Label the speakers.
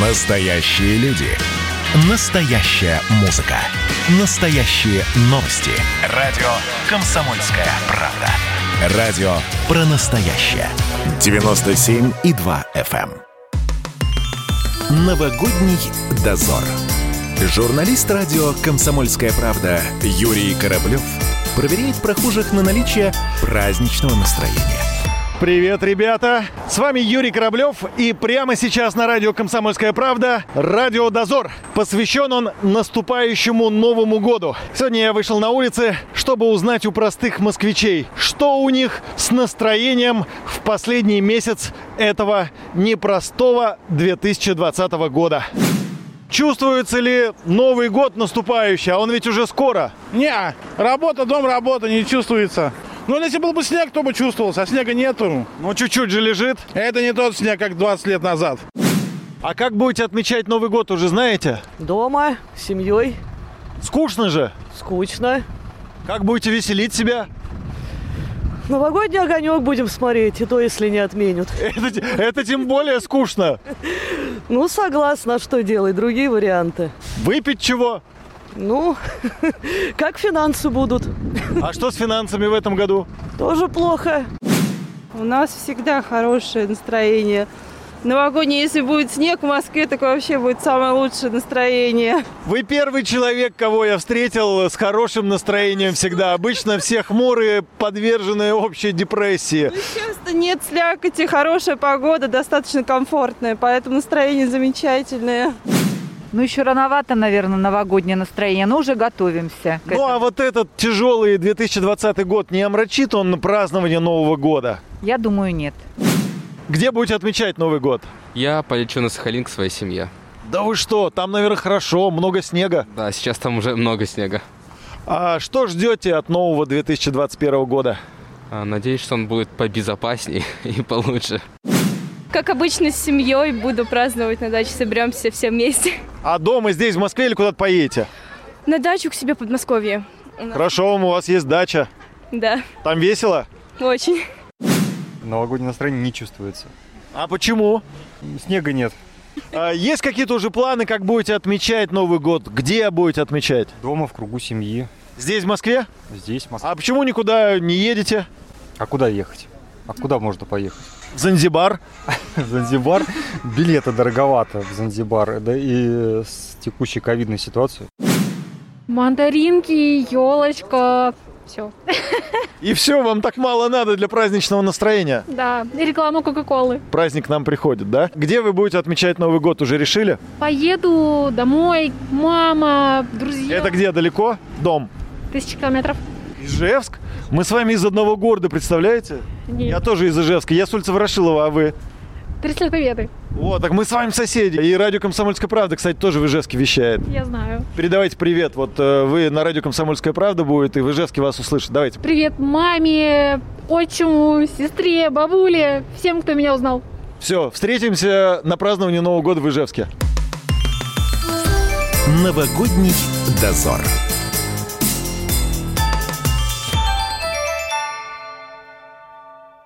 Speaker 1: Настоящие люди. Настоящая музыка. Настоящие новости. Радио Комсомольская правда. Радио про настоящее. 97,2 FM. эм. Новогодний дозор. Журналист радио «Комсомольская правда» Юрий Кораблев проверяет прохожих на наличие праздничного настроения.
Speaker 2: Привет, ребята! С вами Юрий Кораблев, и прямо сейчас на радио «Комсомольская правда» «Радио Дозор». Посвящен он наступающему Новому году. Сегодня я вышел на улицы, чтобы узнать у простых москвичей, что у них с настроением в последний месяц этого непростого 2020 года. Чувствуется ли Новый год наступающий? А он ведь уже скоро.
Speaker 3: Не, работа, дом, работа, не чувствуется. Ну, если был бы снег, то бы чувствовался, а снега нету.
Speaker 2: Ну, чуть-чуть же лежит.
Speaker 3: Это не тот снег, как 20 лет назад.
Speaker 2: А как будете отмечать Новый год, уже знаете?
Speaker 4: Дома, с семьей,
Speaker 2: Скучно же.
Speaker 4: скучно.
Speaker 2: Как будете веселить себя?
Speaker 4: Новогодний огонек будем смотреть, и то, если не отменят.
Speaker 2: Это, те- это тем более скучно.
Speaker 4: Ну, согласна, а что делать, другие варианты.
Speaker 2: Выпить чего?
Speaker 4: Ну, как финансы будут?
Speaker 2: А что с финансами в этом году?
Speaker 4: Тоже плохо.
Speaker 5: У нас всегда хорошее настроение. Новогоднее, если будет снег в Москве, так вообще будет самое лучшее настроение.
Speaker 2: Вы первый человек, кого я встретил с хорошим настроением всегда. Обычно все хмурые, подвержены общей депрессии.
Speaker 5: Часто нет слякоти, хорошая погода, достаточно комфортная, поэтому настроение замечательное.
Speaker 6: Ну, еще рановато, наверное, новогоднее настроение, но уже готовимся. к
Speaker 2: Ну а
Speaker 6: этому.
Speaker 2: вот этот тяжелый 2020 год не омрачит он празднование Нового года?
Speaker 6: Я думаю, нет.
Speaker 2: Где будете отмечать Новый год?
Speaker 7: Я полечу на Сахалин к своей семье.
Speaker 2: Да вы что, там, наверное, хорошо, много снега.
Speaker 7: Да, сейчас там уже много снега.
Speaker 2: А что ждете от нового 2021 года?
Speaker 7: А, Надеюсь, что он будет побезопасней и получше.
Speaker 8: Как обычно, с семьей буду праздновать на даче. Соберемся все вместе.
Speaker 2: А дома здесь, в Москве, или куда-то поедете?
Speaker 8: На дачу к себе в Подмосковье.
Speaker 2: Хорошо, у вас есть дача.
Speaker 8: Да,
Speaker 2: Там весело?
Speaker 8: очень.
Speaker 9: Новогоднее настроение не чувствуется.
Speaker 2: А почему?
Speaker 9: Снега нет.
Speaker 2: А есть какие-то уже планы, как будете отмечать Новый год? Где будете отмечать?
Speaker 9: Дома, в кругу семьи.
Speaker 2: Здесь, в Москве?
Speaker 9: Здесь, в Москве.
Speaker 2: А почему никуда не едете?
Speaker 9: А куда ехать? А куда можно поехать?
Speaker 2: В Занзибар?
Speaker 9: В Занзибар. Билеты дороговато в Занзибар. Да и с текущей ковидной ситуацией.
Speaker 8: Мандаринки, елочка. Все.
Speaker 2: И все, вам так мало надо для праздничного настроения.
Speaker 8: Да, и рекламу Кока-Колы.
Speaker 2: Праздник к нам приходит, да? Где вы будете отмечать Новый год, уже решили?
Speaker 8: Поеду домой, мама, друзья.
Speaker 2: Это где, далеко? Дом?
Speaker 8: Тысячи километров.
Speaker 2: Ижевск? Мы с вами из одного города, представляете? Я
Speaker 8: Нет.
Speaker 2: тоже из Ижевска, я с улицы Ворошилова, а вы?
Speaker 8: Тридцать лет победы.
Speaker 2: Вот, так мы с вами соседи. И радио «Комсомольская правда», кстати, тоже в Ижевске вещает.
Speaker 8: Я знаю.
Speaker 2: Передавайте привет. Вот э, вы на радио «Комсомольская правда» будет, и в Ижевске вас услышат. Давайте.
Speaker 8: Привет маме, отчиму, сестре, бабуле, всем, кто меня узнал.
Speaker 2: Все, встретимся на праздновании Нового года в Ижевске.
Speaker 1: Новогодний дозор.